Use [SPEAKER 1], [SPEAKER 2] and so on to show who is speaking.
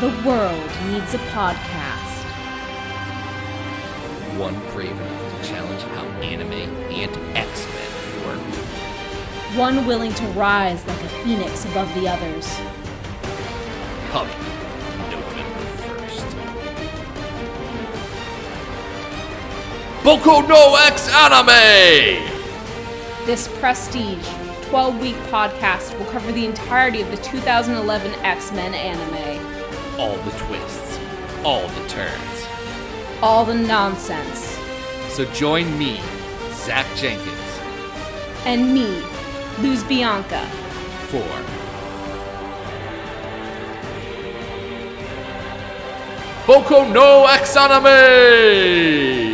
[SPEAKER 1] The world needs a podcast.
[SPEAKER 2] One brave enough to challenge how anime and X Men work.
[SPEAKER 1] One willing to rise like a phoenix above the others.
[SPEAKER 2] Coming November 1st. Boku no X Anime!
[SPEAKER 1] This prestige 12 week podcast will cover the entirety of the 2011 X Men anime,
[SPEAKER 2] All the twists, all the turns.
[SPEAKER 1] all the nonsense,
[SPEAKER 2] So join me, Zach Jenkins,
[SPEAKER 1] and me, Luz Bianca.
[SPEAKER 2] for Boku no X Anime!